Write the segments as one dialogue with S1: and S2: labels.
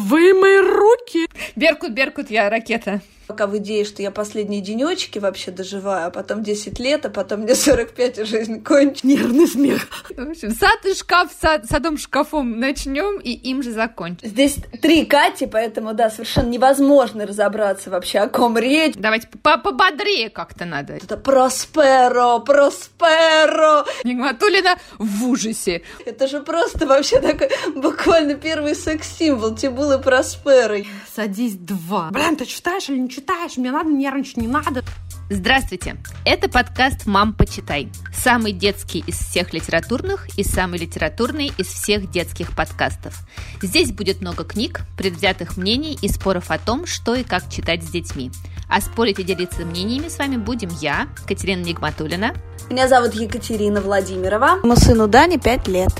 S1: Вымой руки!
S2: Беркут, Беркут, я ракета.
S3: Пока в идее, что я последние денечки вообще доживаю, а потом 10 лет, а потом мне 45 и жизнь кончится.
S1: Нервный смех.
S2: В общем, сад и шкаф, сад, садом шкафом начнем и им же закончим.
S3: Здесь три Кати, поэтому, да, совершенно невозможно разобраться вообще, о ком речь.
S2: Давайте по- пободрее как-то надо.
S3: Это Просперо, Просперо.
S2: Нигматулина в ужасе.
S3: Это же просто вообще такой буквально первый секс-символ Тибул и Просперо.
S1: Садись два. Блин, ты читаешь или не читаешь? Мне надо нервничать, не надо.
S2: Здравствуйте! Это подкаст «Мам, почитай». Самый детский из всех литературных и самый литературный из всех детских подкастов. Здесь будет много книг, предвзятых мнений и споров о том, что и как читать с детьми. А спорить и делиться мнениями с вами будем я, Катерина Нигматулина.
S3: Меня зовут Екатерина Владимирова.
S4: Моему сыну Дане 5 лет.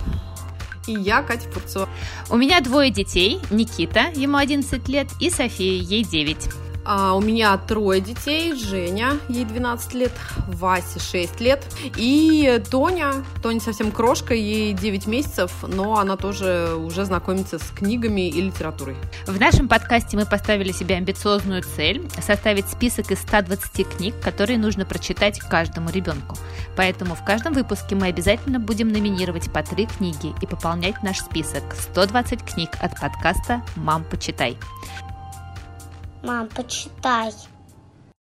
S1: И я, Катя Фурцова.
S2: У меня двое детей, Никита, ему 11 лет, и София, ей 9.
S1: А у меня трое детей. Женя, ей 12 лет, Васе 6 лет. И Тоня, Тоня совсем крошка, ей 9 месяцев, но она тоже уже знакомится с книгами и литературой.
S2: В нашем подкасте мы поставили себе амбициозную цель – составить список из 120 книг, которые нужно прочитать каждому ребенку. Поэтому в каждом выпуске мы обязательно будем номинировать по три книги и пополнять наш список 120 книг от подкаста «Мам, почитай».
S5: Мам, почитай.